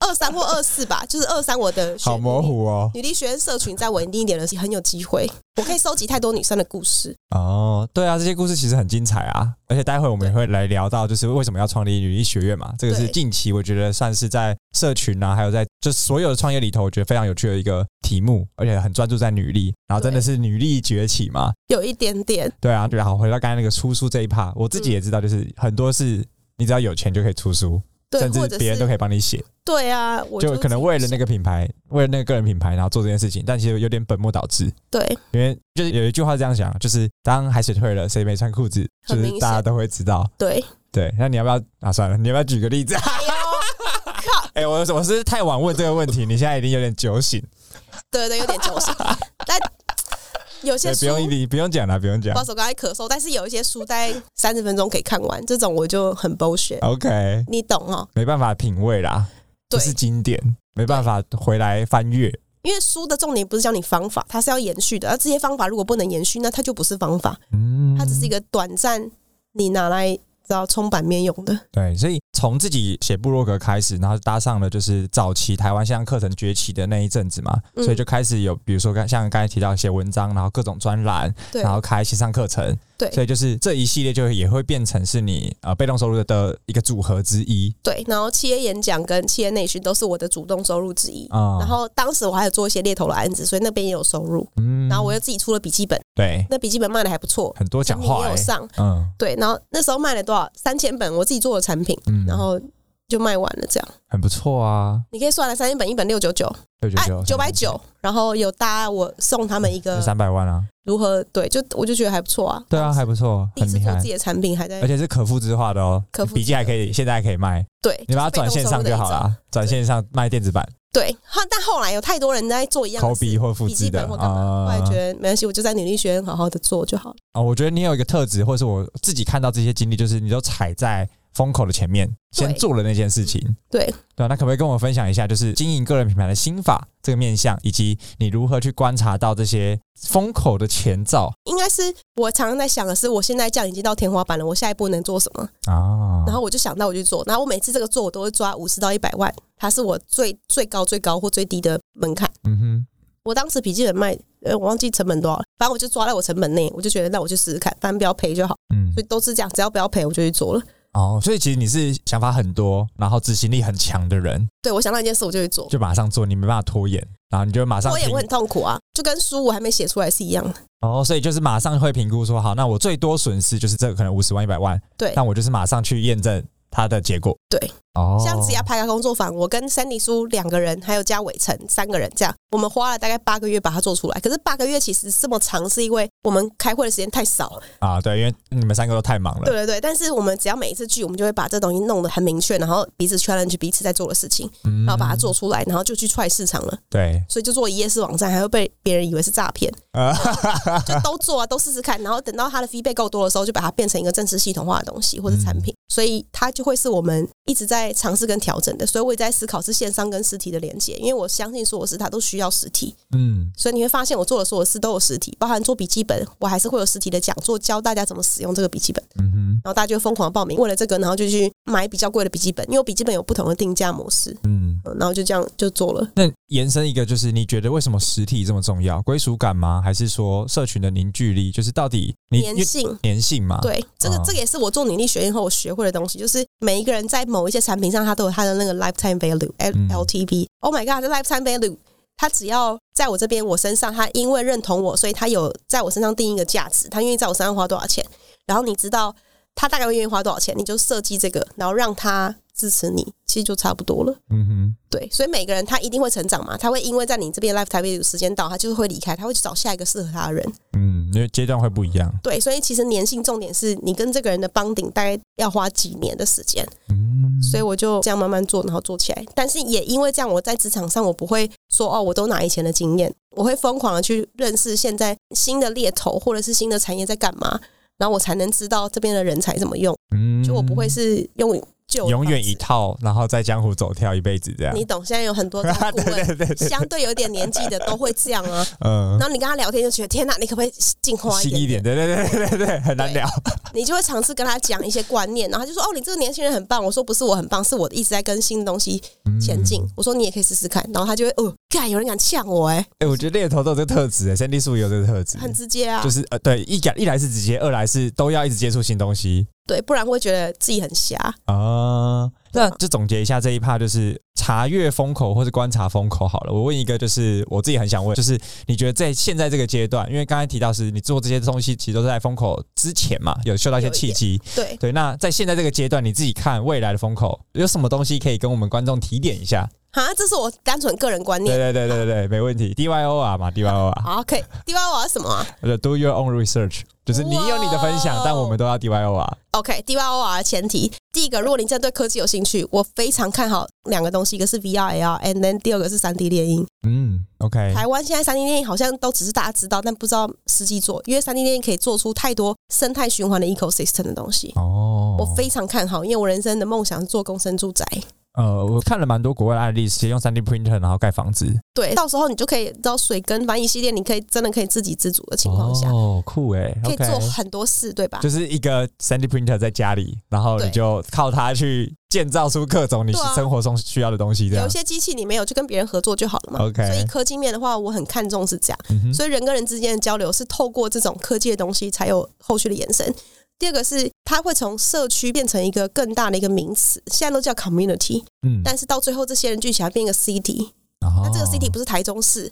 [SPEAKER 2] 二三或二四吧，就是二三我的学
[SPEAKER 1] 好模。糊哦。
[SPEAKER 2] 女力学院社群再稳定一点的，很有机会。我可以收集太多女生的故事，
[SPEAKER 1] 哦，对啊，这些故事其实很精彩啊，而且待会我们也会来聊到，就是为什么要创立女力学院嘛，这个是
[SPEAKER 2] 对
[SPEAKER 1] 近期我觉得算是在社群啊，还有在就所有的创业里头，我觉得非常有趣的一个题目，而且很专注在女力，然后真的是女力崛起嘛，
[SPEAKER 2] 有一点点
[SPEAKER 1] 对啊，对啊。好，回到刚才那个出书这一趴，我自己也知道，就是很多是你只要有钱就可以出书，
[SPEAKER 2] 对，
[SPEAKER 1] 甚
[SPEAKER 2] 或
[SPEAKER 1] 至
[SPEAKER 2] 者
[SPEAKER 1] 别人都
[SPEAKER 2] 是
[SPEAKER 1] 可以帮你写，
[SPEAKER 2] 对啊，我
[SPEAKER 1] 就可能为了
[SPEAKER 2] 自己
[SPEAKER 1] 那个品牌，为了那个个人品牌，然后做这件事情，但其实有点本末倒置。
[SPEAKER 2] 对
[SPEAKER 1] 因为就是有一句话这样讲，就是当海水退了，谁没穿裤子，就
[SPEAKER 2] 很明
[SPEAKER 1] 是
[SPEAKER 2] 显
[SPEAKER 1] 大家都会知道。
[SPEAKER 2] 对，
[SPEAKER 1] 对，那你要不要啊？算了，你要不要举个例子？哎
[SPEAKER 2] 哎 呦，靠，
[SPEAKER 1] 我我是不是太晚问这个问题，你现在已经有点酒醒，
[SPEAKER 2] 对对，有点 酒醒，但有些
[SPEAKER 1] 对，
[SPEAKER 2] 书
[SPEAKER 1] 不用你不用讲了，不用讲
[SPEAKER 2] 不。手刚才咳嗽，但是有一些书在三十分钟可以看完，这种我就很 bullshit，、
[SPEAKER 1] OK，
[SPEAKER 2] 你懂哦？
[SPEAKER 1] 没办法品味啦，这
[SPEAKER 2] 对，
[SPEAKER 1] 是经典，没办法回来翻阅。
[SPEAKER 2] 因为书的重点不是教你方法，它是要延续的。啊而这些方法如果不能延续，那它就不是方法，
[SPEAKER 1] 嗯，
[SPEAKER 2] 它只是一个短暂你拿来知道冲版面用的。
[SPEAKER 1] 对，所以从自己写部落格开始，然后搭上了就是早期台湾线上课程崛起的那一阵子嘛，
[SPEAKER 2] 嗯
[SPEAKER 1] 所以就开始有，比如说刚像刚才提到写文章，然后各种专栏，
[SPEAKER 2] 对
[SPEAKER 1] 然后开线上课程，
[SPEAKER 2] 对
[SPEAKER 1] 所以就是这一系列就也会变成是你呃被动收入的一个组合之一
[SPEAKER 2] 对，然后企业演讲跟企业内训都是我的主动收入之一。
[SPEAKER 1] 啊。
[SPEAKER 2] 然，后当时我还有做一些猎头的案子，所以那边也有收入。
[SPEAKER 1] 嗯
[SPEAKER 2] 然后我又自己出了笔记本，
[SPEAKER 1] 对
[SPEAKER 2] 那笔记本卖的还不错，
[SPEAKER 1] 很多讲
[SPEAKER 2] 产
[SPEAKER 1] 话、
[SPEAKER 2] 品也有
[SPEAKER 1] 欸，
[SPEAKER 2] 上。
[SPEAKER 1] 嗯
[SPEAKER 2] 对，然后那时候卖了多少？三千本，我自己做的产品，
[SPEAKER 1] 嗯，
[SPEAKER 2] 然后就卖完了。这样
[SPEAKER 1] 很不错啊，
[SPEAKER 2] 你可以算了，三千本一本六九九，
[SPEAKER 1] 六九
[SPEAKER 2] 哎
[SPEAKER 1] 九，
[SPEAKER 2] 九百九，然后有搭我送他们一个
[SPEAKER 1] 三百万啊，
[SPEAKER 2] 如何对，就我就觉得还不错啊。
[SPEAKER 1] 对啊，还不错，
[SPEAKER 2] 第一
[SPEAKER 1] 很
[SPEAKER 2] 次
[SPEAKER 1] 厉
[SPEAKER 2] 做
[SPEAKER 1] 害
[SPEAKER 2] 自，己的产品，还在
[SPEAKER 1] 而且是可复制化的哦，
[SPEAKER 2] 可复制
[SPEAKER 1] 笔记还可以，现在还可以卖，
[SPEAKER 2] 对，
[SPEAKER 1] 你把它
[SPEAKER 2] 就是被
[SPEAKER 1] 转
[SPEAKER 2] 动
[SPEAKER 1] 线上
[SPEAKER 2] 收入的
[SPEAKER 1] 就
[SPEAKER 2] 一
[SPEAKER 1] 好
[SPEAKER 2] 种。
[SPEAKER 1] 啦，转线上卖电子版。
[SPEAKER 2] 对，哈但后来有太多人在做一样
[SPEAKER 1] 抠
[SPEAKER 2] 的
[SPEAKER 1] 鼻
[SPEAKER 2] 事，
[SPEAKER 1] 或复
[SPEAKER 2] 笔
[SPEAKER 1] 制
[SPEAKER 2] 记
[SPEAKER 1] 的
[SPEAKER 2] 本或干嘛，后
[SPEAKER 1] 啊
[SPEAKER 2] 来觉得没关系，我就在女力学院好好的做就好了。
[SPEAKER 1] 啊！我觉得你有一个特质，或是我自己看到这些经历，就是你都踩在风口的前面，
[SPEAKER 2] 对
[SPEAKER 1] 先做了那件事情。
[SPEAKER 2] 对
[SPEAKER 1] 对啊、那可不可以跟我分享一下，就是经营个人品牌的心法这个面向，以及你如何去观察到这些风口的前兆
[SPEAKER 2] 应该是我常常在想的是，我现在这样已经到天花板了，我下一步能做什么？
[SPEAKER 1] 啊？
[SPEAKER 2] 然后我就想到我去做，然后我每次这个做我都会抓五十到一百万，它是我最最高最高或最低的门槛。
[SPEAKER 1] 嗯哼，
[SPEAKER 2] 我当时笔记本卖，呃，我忘记成本多少了，反正我就抓在我成本内，我就觉得那我就试试看，反正不要赔就好，
[SPEAKER 1] 嗯
[SPEAKER 2] 所，以都是这样，只要不要赔我就去做了。
[SPEAKER 1] 哦，所以其实你是想法很多，然后执行力很强的人，
[SPEAKER 2] 对我想到一件事我就去做，
[SPEAKER 1] 就马上做，你没办法拖延，然后你就马上
[SPEAKER 2] 我也
[SPEAKER 1] 评
[SPEAKER 2] 会很痛苦啊，就跟书我还没写出来是一样的。
[SPEAKER 1] 哦，所以就是马上会评估说，好，那我最多损失就是这个可能五十万、一百万，
[SPEAKER 2] 对
[SPEAKER 1] 但我就是马上去验证它的结果。
[SPEAKER 2] 对，
[SPEAKER 1] 哦，
[SPEAKER 2] 像职涯排卡工作坊，我跟三 a 叔两个人，还有加伟成三个人，这样我们花了大概八个月把它做出来。可是八个月其实这么长，是因为我们开会的时间太少。
[SPEAKER 1] 啊，对，因为你们三个都太忙
[SPEAKER 2] 对
[SPEAKER 1] 了，
[SPEAKER 2] 对对，但是我们只要每一次聚，我们就会把这东西弄得很明确，然后彼此 challenge 彼此在做的事情，
[SPEAKER 1] 嗯
[SPEAKER 2] 然后把它做出来，然后就去踹市场了。
[SPEAKER 1] 对，
[SPEAKER 2] 所以就做一页式网站，还会被别人以为是诈骗，
[SPEAKER 1] 啊，
[SPEAKER 2] 就都做啊，都试试看。然后等到它的 feedback 够多的时候，就把它变成一个正式系统化的东西或者产品。所以它就会是我们一直在尝试跟调整的。所以我也在思考是线上跟实体的连接，因为我相信所有事它都需要实体。
[SPEAKER 1] 嗯，
[SPEAKER 2] 所以你会发现我做的所有事都有实体，包含做笔记本，我还是会有实体的讲座教大家怎么使用这个笔记本。
[SPEAKER 1] 嗯哼，
[SPEAKER 2] 然后大家就疯狂报名，为了这个，然后就去买比较贵的笔记本，因为我笔记本有不同的定价模式，
[SPEAKER 1] 嗯。
[SPEAKER 2] 嗯然后就这样就做了。
[SPEAKER 1] 那延伸一个，就是你觉得为什么实体这么重要？归属感吗？还是说社群的凝聚力？就是到底你因
[SPEAKER 2] 粘
[SPEAKER 1] 为
[SPEAKER 2] 性，
[SPEAKER 1] 粘性嘛？，
[SPEAKER 2] 对，这个
[SPEAKER 1] 啊
[SPEAKER 2] 这个也是我做女力学院后我学会的东西，就是每一个人在某一些产品上，他都有他的那个 lifetime value 哎
[SPEAKER 1] 嗯
[SPEAKER 2] Oh L T V。Oh my god，这 lifetime value。他只要在我这边我身上，他因为认同我，所以他有在我身上定一个价值，他愿意在我身上花多少钱，然后你知道他大概会愿意花多少钱，你就设计这个，然后让他支持你，其实就差不多了。
[SPEAKER 1] 嗯哼，
[SPEAKER 2] 对，所以每个人他一定会成长嘛，他会因为在你这边 lifetime 有时间到，他就是会离开，他会去找下一个适合他的人。
[SPEAKER 1] 嗯，因为阶段会不一样。
[SPEAKER 2] 对，所以其实粘性重点是你跟这个人的帮顶大概要花几年的时间，
[SPEAKER 1] 嗯，
[SPEAKER 2] 所以我就这样慢慢做，然后做起来。但是也因为这样，我在职场上我不会说哦，我都拿以前的经验，我会疯狂的去认识现在新的猎头或者是新的产业在干嘛，然后我才能知道这边的人才怎么用。
[SPEAKER 1] 嗯
[SPEAKER 2] 就我不会是用旧的
[SPEAKER 1] 永远一
[SPEAKER 2] 方式
[SPEAKER 1] 套，然后在江湖走跳一辈子这样。
[SPEAKER 2] 你懂，现在有很多这样的顾
[SPEAKER 1] 啊对
[SPEAKER 2] 问，
[SPEAKER 1] 对对对，
[SPEAKER 2] 相对有点年纪的都会这样啊。
[SPEAKER 1] 嗯
[SPEAKER 2] 然，后你跟他聊天就觉得天哪，你可不可以进化一
[SPEAKER 1] 新一
[SPEAKER 2] 点？
[SPEAKER 1] 点，对对对对对对，很难
[SPEAKER 2] 对
[SPEAKER 1] 聊。
[SPEAKER 2] 你就会尝试跟他讲一些观念，然后他就说：“哦，你这个年轻人很棒。”我说：“不是我很棒，是我一直在跟新的东西前进。嗯我说：“你也可以试试看。”然后他就会：“哦，干，有人敢呛我哎、
[SPEAKER 1] 哎、我觉得猎头都有这个特质、欸，三 D 树也有这个特质，
[SPEAKER 2] 很直接啊，
[SPEAKER 1] 就是呃，对，一讲一来是直接，二来是都要一直接触新东西
[SPEAKER 2] 对，不然会觉得自己很瞎。
[SPEAKER 1] 啊、那就总结一下这一趴，就是查阅风口或是观察风口好了。我问一个，就是我自己很想问，就是你觉得在现在这个阶段，因为刚才提到是你做这些东西，其实都是在风口之前嘛，有嗅到一些
[SPEAKER 2] 有一
[SPEAKER 1] 契
[SPEAKER 2] 点
[SPEAKER 1] 机。
[SPEAKER 2] 对，
[SPEAKER 1] 对，那在现在这个阶段，你自己看未来的风口有什么东西可以跟我们观众提点一下？
[SPEAKER 2] 啊，这是我单纯个人观
[SPEAKER 1] 对
[SPEAKER 2] 念。
[SPEAKER 1] 对对对对对，没问题。D Y O R 嘛，D Y O R，
[SPEAKER 2] 好，可以。第八我要什么、啊、
[SPEAKER 1] 就 Do your own research，就是你有你的分享
[SPEAKER 2] 哇，哦
[SPEAKER 1] 但我们都要 D Y O R。
[SPEAKER 2] ？OK，第八 O R 前提，第一个，如果你真的对科技有兴趣，我非常看好两个东西，一个是 VR AR，and then 第二个是三 D 猎鹰。
[SPEAKER 1] 嗯，OK，
[SPEAKER 2] 台湾现在三 D 电影好像都只是大家知道，但不知道实际做，因为三 D 电影可以做出太多生态循环的 ecosystem 的东西。
[SPEAKER 1] 哦，
[SPEAKER 2] 我非常看好，因为我人生的梦想是做共生住宅。
[SPEAKER 1] 呃，我看了蛮多国外的案例，直接用三 D printer 然后盖房子。
[SPEAKER 2] 对，到时候你就可以到水根翻译系列，你可以真的可以自给自足的情况下，
[SPEAKER 1] 哦，酷哎
[SPEAKER 2] 可以
[SPEAKER 1] ，OK，
[SPEAKER 2] 做很多事，对吧？
[SPEAKER 1] 就是一个三 D printer 在家里，然后你
[SPEAKER 2] 对
[SPEAKER 1] 就靠它去建造出各种你
[SPEAKER 2] 对啊
[SPEAKER 1] 生活中需要的东西，这
[SPEAKER 2] 有
[SPEAKER 1] 样
[SPEAKER 2] 一。些机器你没有，就跟别人合作就好了嘛。
[SPEAKER 1] OK
[SPEAKER 2] 所以科技面的话，我很看重是这样。
[SPEAKER 1] 嗯哼
[SPEAKER 2] 所以人跟人之间的交流是透过这种科技的东西才有后续的延伸。第二个是它会从社区变成一个更大的一个名词，现在都叫 community，
[SPEAKER 1] 嗯，哦
[SPEAKER 2] 但是到最后这些人聚起来变一个 city。
[SPEAKER 1] 那
[SPEAKER 2] 那这个 city 不是台中市，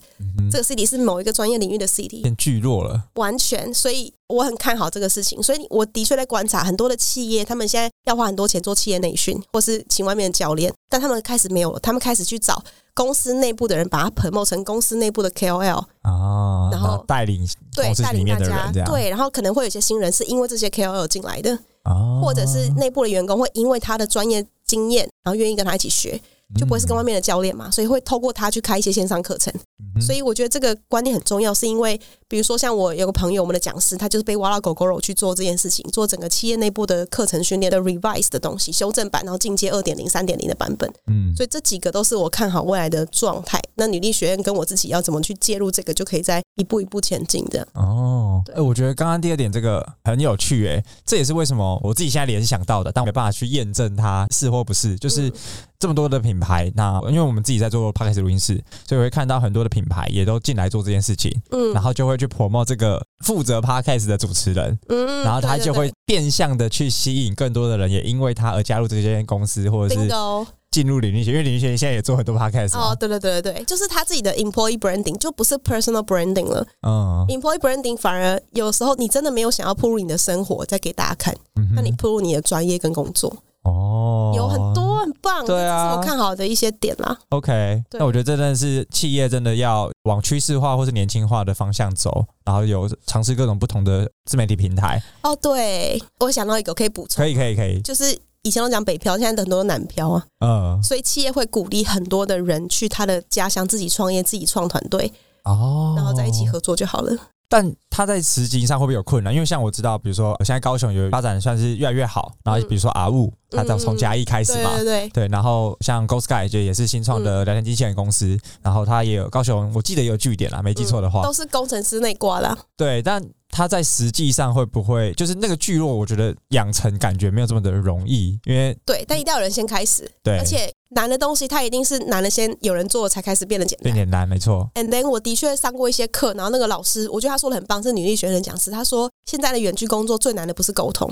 [SPEAKER 2] 这个 city 是某一个专业领域的 city，
[SPEAKER 1] 变聚落了。
[SPEAKER 2] 完全。所以我很看好这个事情，所以我的确在观察很多的企业，他们现在要花很多钱做企业内训，或是请外面的教练，但他们开始没有了，他们开始去找公司内部的人，把他 promote 成公司内部的 KOL。
[SPEAKER 1] 啊，
[SPEAKER 2] 然后
[SPEAKER 1] 带领
[SPEAKER 2] 对
[SPEAKER 1] 公，司
[SPEAKER 2] 带
[SPEAKER 1] 里
[SPEAKER 2] 领大
[SPEAKER 1] 面的人
[SPEAKER 2] 家
[SPEAKER 1] 这样，，
[SPEAKER 2] 对，然后可能会有一些新人是因为这些 KOL 进来的，
[SPEAKER 1] 啊，
[SPEAKER 2] 或者是内部的员工会因为他的专业经验，然后愿意跟他一起学，就不会是跟外面的教练嘛，所以会透过他去开一些线上课程。
[SPEAKER 1] 嗯
[SPEAKER 2] 所以我觉得这个观念很重要，是因为比如说像我有个朋友，我们的讲师他就是被挖到狗狗肉去做这件事情，做整个企业内部的课程训练的 revise 的东西，修正版，然后进阶二点零、三点零的版本。
[SPEAKER 1] 嗯，
[SPEAKER 2] 所以这几个都是我看好未来的状态。那女力学院跟我自己要怎么去介入这个，就可以在一步一步前进的。
[SPEAKER 1] 哦，哎、
[SPEAKER 2] 对
[SPEAKER 1] 我觉得刚刚第二点这个很有趣、哎，这也是为什么我自己现在联想到的，但我没办法去验证它是或不是，
[SPEAKER 2] 嗯
[SPEAKER 1] 就是这么多的品牌，那因为我们自己在做 p o d c a s t 录音室，所以我会看到很多的品牌也都进来做这件事情，
[SPEAKER 2] 嗯
[SPEAKER 1] 然后就会去 promote 这个负责 p o d c a s t 的主持人，
[SPEAKER 2] 嗯
[SPEAKER 1] 然后他
[SPEAKER 2] 对对
[SPEAKER 1] 就会
[SPEAKER 2] 对
[SPEAKER 1] 变相的去吸引更多的人，也因为他而加入这间公司，或者是
[SPEAKER 2] bingo
[SPEAKER 1] 进入领域学，因为领域学现在也做很多 podcast 嘛
[SPEAKER 2] 哦，对对对对对，就是他自己的 employee branding 就不是 personal branding 了、
[SPEAKER 1] 嗯
[SPEAKER 2] e m p l o y e e branding 反而有时候你真的没有想要铺入你的生活再给大家看，
[SPEAKER 1] 嗯哼
[SPEAKER 2] 那你铺入你的专业跟工作，
[SPEAKER 1] 哦，
[SPEAKER 2] 有很多很棒，
[SPEAKER 1] 对啊
[SPEAKER 2] 这是我看好的一些点啦。
[SPEAKER 1] OK，
[SPEAKER 2] 对
[SPEAKER 1] 那我觉得这真的是企业真的要往趋势化或是年轻化的方向走，然后有尝试各种不同的自媒体平台。
[SPEAKER 2] 哦，对，我想到一个我可以补充，
[SPEAKER 1] 可以，可以，可以，
[SPEAKER 2] 就是以前都讲北漂，现在很多都南漂啊，
[SPEAKER 1] 嗯，
[SPEAKER 2] 所以企业会鼓励很多的人去他的家乡自己创业、自己创团队，
[SPEAKER 1] 哦
[SPEAKER 2] 然后在一起。合作就好了。
[SPEAKER 1] 但它在实行上会不会有困难？因为像我知道，比如说呃现在高雄有发展算是越来越好，然
[SPEAKER 2] 嗯
[SPEAKER 1] 后比如说阿雾，它从从嘉义开始
[SPEAKER 2] 对
[SPEAKER 1] 嘛。
[SPEAKER 2] 对对，
[SPEAKER 1] 对，然后像 Go Sky 就也是新创
[SPEAKER 2] 嗯
[SPEAKER 1] 的聊天机器人公司，然后它也有高雄，我记得也有据点啦，没记错的话，
[SPEAKER 2] 都是工程师内挂啦。
[SPEAKER 1] 对，但它在实际上会不会就是那个聚落？我觉得养成感觉没有这么的容易，因为
[SPEAKER 2] 对，但一定要有人先开始，
[SPEAKER 1] 对，
[SPEAKER 2] 而且难的东西，它一定是难的先有人做才开始变得简
[SPEAKER 1] 有
[SPEAKER 2] 单。
[SPEAKER 1] 点难，没错。
[SPEAKER 2] And then 我的确上过一些课，然后那个老师，我觉得他说的很棒，是女力学院的讲师。他说现在的远距工作最难的不是沟通，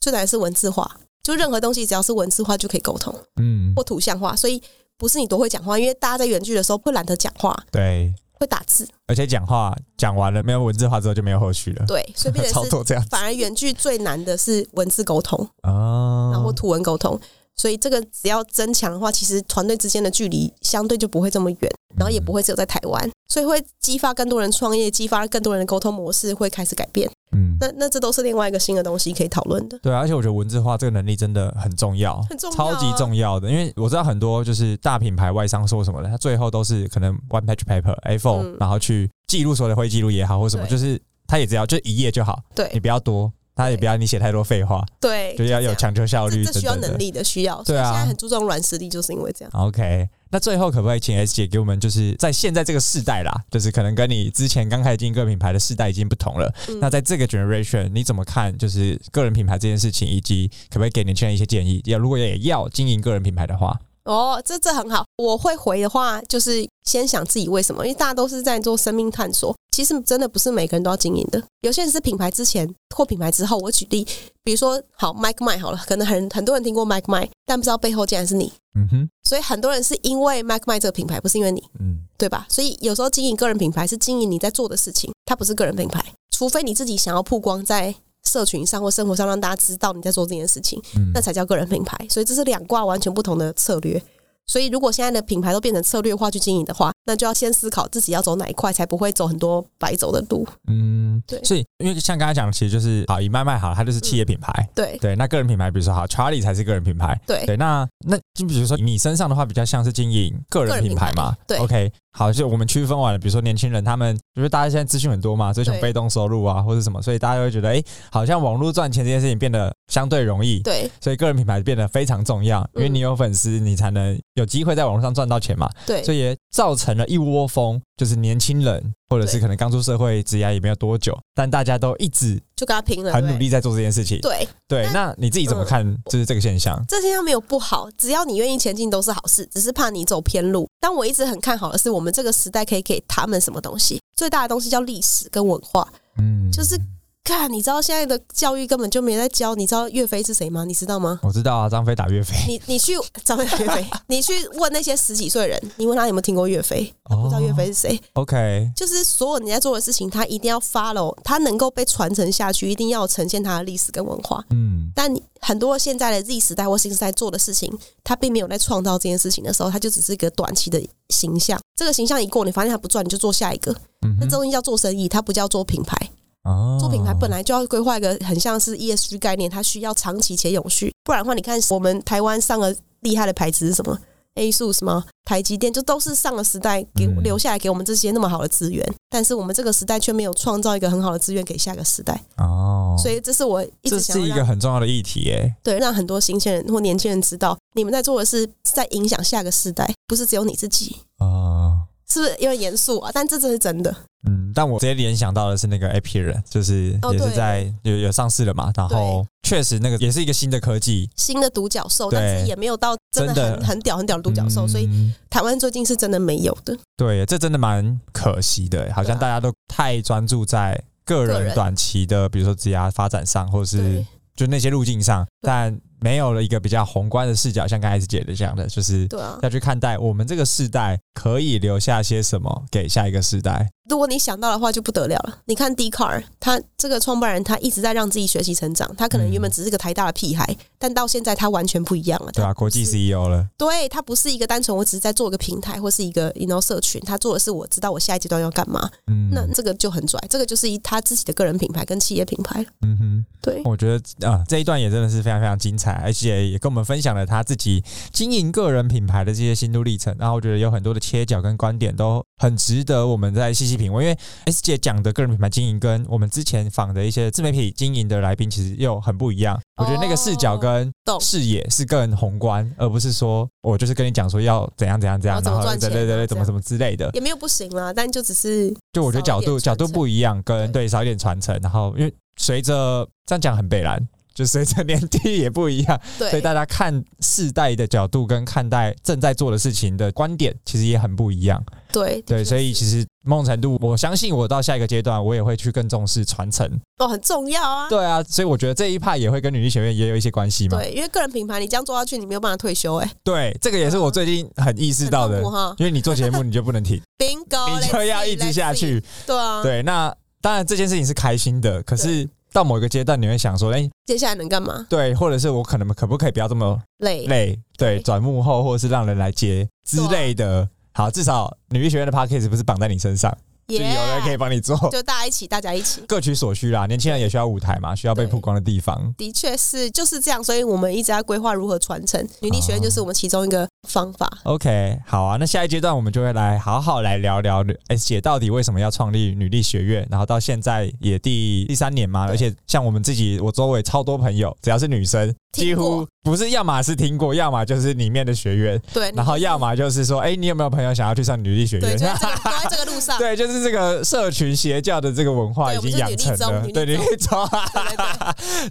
[SPEAKER 2] 最难的是文字化，就任何东西只要是文字化就可以沟通
[SPEAKER 1] 嗯
[SPEAKER 2] 或图像化，所以不是你多会讲话，因为大家在远距的时候会懒得讲话，
[SPEAKER 1] 对，
[SPEAKER 2] 会打字，
[SPEAKER 1] 而且讲话讲完了没有文字化之后就没有后续了，
[SPEAKER 2] 对，所以 变成
[SPEAKER 1] 超
[SPEAKER 2] 是
[SPEAKER 1] 多这样子
[SPEAKER 2] 反而远距最难的是文字沟通，
[SPEAKER 1] 啊
[SPEAKER 2] 然后图文沟通。所以这个只要增强的话，其实团队之间的距离相对就不会这么远，然后
[SPEAKER 1] 嗯
[SPEAKER 2] 也不会只有在台湾，所以会激发更多人创业，激发更多人的沟通模式会开始改变。
[SPEAKER 1] 嗯。
[SPEAKER 2] 那那这都是另外一个新的东西可以讨论的。
[SPEAKER 1] 对啊，而且我觉得文字化这个能力真的很重要，
[SPEAKER 2] 很重要
[SPEAKER 1] 超
[SPEAKER 2] 啊
[SPEAKER 1] 级重要的。因为我知道很多就是大品牌外商说什么的，他最后都是可能 one page paper A4，、
[SPEAKER 2] 嗯
[SPEAKER 1] 然后去记录所有的会议记录也好，或什么，
[SPEAKER 2] 对
[SPEAKER 1] 就是他也只要就一页就好，你
[SPEAKER 2] 对
[SPEAKER 1] 不要多，他也不要你写太多废话，
[SPEAKER 2] 对，
[SPEAKER 1] 就是要
[SPEAKER 2] 哎这
[SPEAKER 1] 有
[SPEAKER 2] 样
[SPEAKER 1] 强求效率
[SPEAKER 2] 这这
[SPEAKER 1] 等
[SPEAKER 2] 需要
[SPEAKER 1] 等
[SPEAKER 2] 能
[SPEAKER 1] 的。
[SPEAKER 2] 力的需要，所
[SPEAKER 1] 对
[SPEAKER 2] 以
[SPEAKER 1] 啊
[SPEAKER 2] 现在很注重软实力，就是因为这样。
[SPEAKER 1] OK，那最后可不可以请 S 姐给我们，就是在现在这个世代啦，就是可能跟你之前刚开始进个品牌的世代已经不同了。
[SPEAKER 2] 嗯
[SPEAKER 1] 那在这个 generation，你怎么看就是个人品牌这件事情，以及可不可以给年轻人一些建议？要如果也要经营个人品牌的话，
[SPEAKER 2] 哦，这这很好。我会回的话，就是先想自己为什么，因为大家都是在做生命探索。其实真的不是每个人都要经营的，有些人是品牌之前或品牌之后。我举例，比如说好 Mike Mike 好了，可能很很多人听过 Mike Mike，但不知道背后竟然是你。
[SPEAKER 1] 嗯哼，
[SPEAKER 2] 所以很多人是因为 Mike Mike 这个品牌，不是因为你，
[SPEAKER 1] 嗯，
[SPEAKER 2] 对吧？所以有时候经营个人品牌是经营你在做的事情，它不是个人品牌，除非你自己想要曝光在社群上或生活上，让大家知道你在做这件事情。
[SPEAKER 1] 嗯
[SPEAKER 2] 那才叫个人品牌。所以这是两挂完全不同的策略。所以如果现在的品牌都变成策略化去经营的话，那就要先思考自己要走哪一块，才不会走很多白走的路。
[SPEAKER 1] 嗯，
[SPEAKER 2] 对
[SPEAKER 1] 所以因为像刚才讲，其实就是啊好以卖卖好，它就是企业品牌。
[SPEAKER 2] 对
[SPEAKER 1] 对，那个人品牌，比如说好，Charlie 才是个人品牌。
[SPEAKER 2] 对
[SPEAKER 1] 对，那那就比如说你身上的话，比较像是经营个人品牌嘛。
[SPEAKER 2] 个人品牌对
[SPEAKER 1] ，OK，好，就我们区分完了。比如说年轻人，他们就是大家现在资讯很多嘛，追求
[SPEAKER 2] 对
[SPEAKER 1] 被动收入啊，或者什么，所以大家会觉得，哎、好像网络赚钱这件事情变得相对容易，
[SPEAKER 2] 对
[SPEAKER 1] 所以个人品牌变得非常重要，因为
[SPEAKER 2] 嗯
[SPEAKER 1] 你有粉丝，你才能有机会在网络上赚到钱嘛。
[SPEAKER 2] 对
[SPEAKER 1] 所以也造成了一窝蜂，就是年轻人，或者是
[SPEAKER 2] 对
[SPEAKER 1] 可能刚出社会，职涯也没有多久，但大家都一直
[SPEAKER 2] 就跟他拼了，
[SPEAKER 1] 很
[SPEAKER 2] 对不
[SPEAKER 1] 努力在做这件事情。
[SPEAKER 2] 对。对，嗯
[SPEAKER 1] 对，那你自己怎么看就是这个现象？
[SPEAKER 2] 这些都没有不好，只要你愿意前进都是好事，只是怕你走偏路。但我一直很看好的是，我们这个时代可以给他们什么东西？最大的东西叫历史跟文化，
[SPEAKER 1] 嗯，
[SPEAKER 2] 就是。看，你知道现在的教育根本就没在教。你知道岳飞是谁吗？你知道吗？
[SPEAKER 1] 我知道啊，张飞打岳飞，
[SPEAKER 2] 你你去找岳飞，你去问那些十几岁的人，你问他有没有听过岳飞，
[SPEAKER 1] 哦
[SPEAKER 2] 他不知道岳飞是谁。
[SPEAKER 1] OK，
[SPEAKER 2] 就是所有你在做的事情，他一定要 follow，他能够被传承下去，一定要呈现他的历史跟文化。
[SPEAKER 1] 嗯
[SPEAKER 2] 但你很多现在的 Z 时代或新时代做的事情，他并没有在创造这件事情的时候，他就只是一个短期的形象。这个形象一过，你发现他不赚，你就做下一个。
[SPEAKER 1] 嗯
[SPEAKER 2] 那
[SPEAKER 1] 哼
[SPEAKER 2] 这东西叫做生意，它不叫做品牌。
[SPEAKER 1] 哦
[SPEAKER 2] 做品牌本来就要规划一个很像是 ESG 概念，它需要长期且永续，不然的话，你看我们台湾上了厉害的牌子是什么？ASUS 吗？台积电就都是上个时代给
[SPEAKER 1] 嗯
[SPEAKER 2] 留下来给我们这些那么好的资源，但是我们这个时代却没有创造一个很好的资源给下个时代，
[SPEAKER 1] 哦，
[SPEAKER 2] 所以这是我一
[SPEAKER 1] 这
[SPEAKER 2] 直想
[SPEAKER 1] 是
[SPEAKER 2] 要
[SPEAKER 1] 一
[SPEAKER 2] 让
[SPEAKER 1] 个很重要的议题诶。
[SPEAKER 2] 对让很多新鲜人或年轻人知道，你们在做的是在影响下个时代，不是只有你自己，
[SPEAKER 1] 哦，
[SPEAKER 2] 是不是有点严肃啊？但这真是真的，
[SPEAKER 1] 嗯，但我直接联想到的是那个 a p i r 就是
[SPEAKER 2] 哦
[SPEAKER 1] 也是
[SPEAKER 2] 对
[SPEAKER 1] 在有有上市了嘛，然后确实那个也是一个新的科技，
[SPEAKER 2] 新的独角兽，
[SPEAKER 1] 对
[SPEAKER 2] 但是也没有到真的
[SPEAKER 1] 真
[SPEAKER 2] 很
[SPEAKER 1] 的
[SPEAKER 2] 很屌很屌的独角兽，所以
[SPEAKER 1] 嗯
[SPEAKER 2] 台湾最近是真的没有的。
[SPEAKER 1] 对，这真的蛮可惜的，好像
[SPEAKER 2] 对啊
[SPEAKER 1] 大家都太专注在个
[SPEAKER 2] 个
[SPEAKER 1] 人
[SPEAKER 2] 人
[SPEAKER 1] 短期的，比如说职业发展上，或是
[SPEAKER 2] 对
[SPEAKER 1] 就那些路径上，
[SPEAKER 2] 对
[SPEAKER 1] 但没有了一个比较宏观的视角，像刚才子姐的讲的，就是
[SPEAKER 2] 对啊，
[SPEAKER 1] 要去看待我们这个世代可以留下些什么给下一个世代。
[SPEAKER 2] 如果你想到的话，就不得了了。你看 d c a r 他这个创办人，他一直在让自己学习成长。他可能原本只是个台大的屁孩，但到现在他完全不一样了。
[SPEAKER 1] 嗯对啊，
[SPEAKER 2] 他
[SPEAKER 1] 国际
[SPEAKER 2] 是
[SPEAKER 1] CEO 了，
[SPEAKER 2] 对他不是一个单纯，我只是在做一个平台或是一个 you know 社群，他做的是我知道我下一阶段要干嘛。
[SPEAKER 1] 嗯，
[SPEAKER 2] 那这个就很拽，这个就是一他自己的个人品牌跟企业品牌。
[SPEAKER 1] 嗯哼，
[SPEAKER 2] 对，
[SPEAKER 1] 我觉得啊、这一段也真的是非常非常精彩，而且也跟我们分享了他自己经营个人品牌的这些心路历程。然后我觉得有很多的切角跟观点都很值得我们再细细品味，因为 S 姐讲的个人品牌经营跟我们之前访的一些自媒体经营的来宾其实又很不一样。我觉得那个视
[SPEAKER 2] 哦
[SPEAKER 1] 角跟
[SPEAKER 2] 懂
[SPEAKER 1] 视野是更宏观，而不是说我就是跟你讲说要怎样怎样怎样，
[SPEAKER 2] 然后哦怎么
[SPEAKER 1] 对
[SPEAKER 2] 赚钱
[SPEAKER 1] 对对对，
[SPEAKER 2] 然后
[SPEAKER 1] 怎么怎么之类的。
[SPEAKER 2] 也没有不行啦，但就只是
[SPEAKER 1] 就我觉得角度角
[SPEAKER 2] 少一点传承
[SPEAKER 1] 度不一样，跟
[SPEAKER 2] 对
[SPEAKER 1] 对少一点传承，然后因为随着这样讲很北蓝，就随着年纪也不一样，所以
[SPEAKER 2] 对
[SPEAKER 1] 大家看世代的角度跟看待正在做的事情的观点，其实也很不一样。
[SPEAKER 2] 对
[SPEAKER 1] 对，
[SPEAKER 2] 的确
[SPEAKER 1] 所以
[SPEAKER 2] 是
[SPEAKER 1] 其实某种程度，我相信我到下一个阶段，我也会去更重视传承。
[SPEAKER 2] 哦很重要啊。
[SPEAKER 1] 对啊，所以我觉得这一派也会跟女力学院也有一些关系嘛。
[SPEAKER 2] 对，因为个人品牌你这样做下去，你没有办法退休哎、
[SPEAKER 1] 对，这个也是我最近很意识到的
[SPEAKER 2] 很痛苦哈，
[SPEAKER 1] 因为你做节目你就不 能停，
[SPEAKER 2] bingo，
[SPEAKER 1] 你就
[SPEAKER 2] let's
[SPEAKER 1] 要一
[SPEAKER 2] see，
[SPEAKER 1] 直下
[SPEAKER 2] let's
[SPEAKER 1] 去
[SPEAKER 2] see。。对啊，
[SPEAKER 1] 对，那当然这件事情是开心的，可是到某一个阶段，你会想说，哎、
[SPEAKER 2] 接下来能干嘛？
[SPEAKER 1] 对，或者是我可能可不可以不要这么
[SPEAKER 2] 累，
[SPEAKER 1] 累？对，
[SPEAKER 2] 对啊
[SPEAKER 1] 转幕后或者是让人来接之类的。好，至少女力学院的 p a c k a g e 不是绑在你身上，就有
[SPEAKER 2] Yeah，
[SPEAKER 1] 人可以帮你做，
[SPEAKER 2] 就大家一起，大家一起。
[SPEAKER 1] 各取所需啦。年轻人也需要舞台嘛，需要被
[SPEAKER 2] 对
[SPEAKER 1] 曝光的地方。
[SPEAKER 2] 的确是就是这样，所以我们一直在规划如何传承女力学院，
[SPEAKER 1] 哦
[SPEAKER 2] 就是我们其中一个方法。
[SPEAKER 1] OK，好啊，那下一阶段我们就会来好好来聊聊 S 姐到底为什么要创立女力学院，然后到现在也第第三年嘛，而且像我们自己，我周围超多朋友，只要是女生，几
[SPEAKER 2] 听过
[SPEAKER 1] 乎不是要么是听过，要么就是里面的学院，
[SPEAKER 2] 对，
[SPEAKER 1] 然后要么就是说，哎、你有没有朋友想要去上女力学
[SPEAKER 2] 对，
[SPEAKER 1] 院
[SPEAKER 2] 就？啊在这个都在这个路 上。
[SPEAKER 1] 对，就是这个社群邪教的这个文化已
[SPEAKER 2] 对
[SPEAKER 1] 经养成
[SPEAKER 2] 我
[SPEAKER 1] 了
[SPEAKER 2] 们，就
[SPEAKER 1] 对，
[SPEAKER 2] 是女
[SPEAKER 1] 你
[SPEAKER 2] 力
[SPEAKER 1] 可以抓。
[SPEAKER 2] 对 对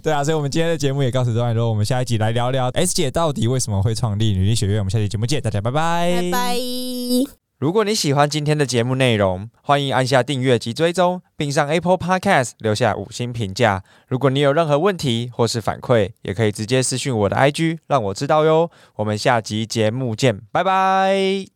[SPEAKER 1] 对啊，所以我们今天的节目也告诉段落，我们下一集来聊聊 S 姐到底为什么会创立女力学院。我们下期节目见，大家拜拜，
[SPEAKER 2] 对，拜拜。
[SPEAKER 3] 如果你喜欢今天的节目内容，欢迎按下订阅及追踪，并上 Apple Podcast 留下五星评价。如果你有任何问题或是反馈，也可以直接私讯我的 IG 让我知道哟。我们下集节目见，拜拜。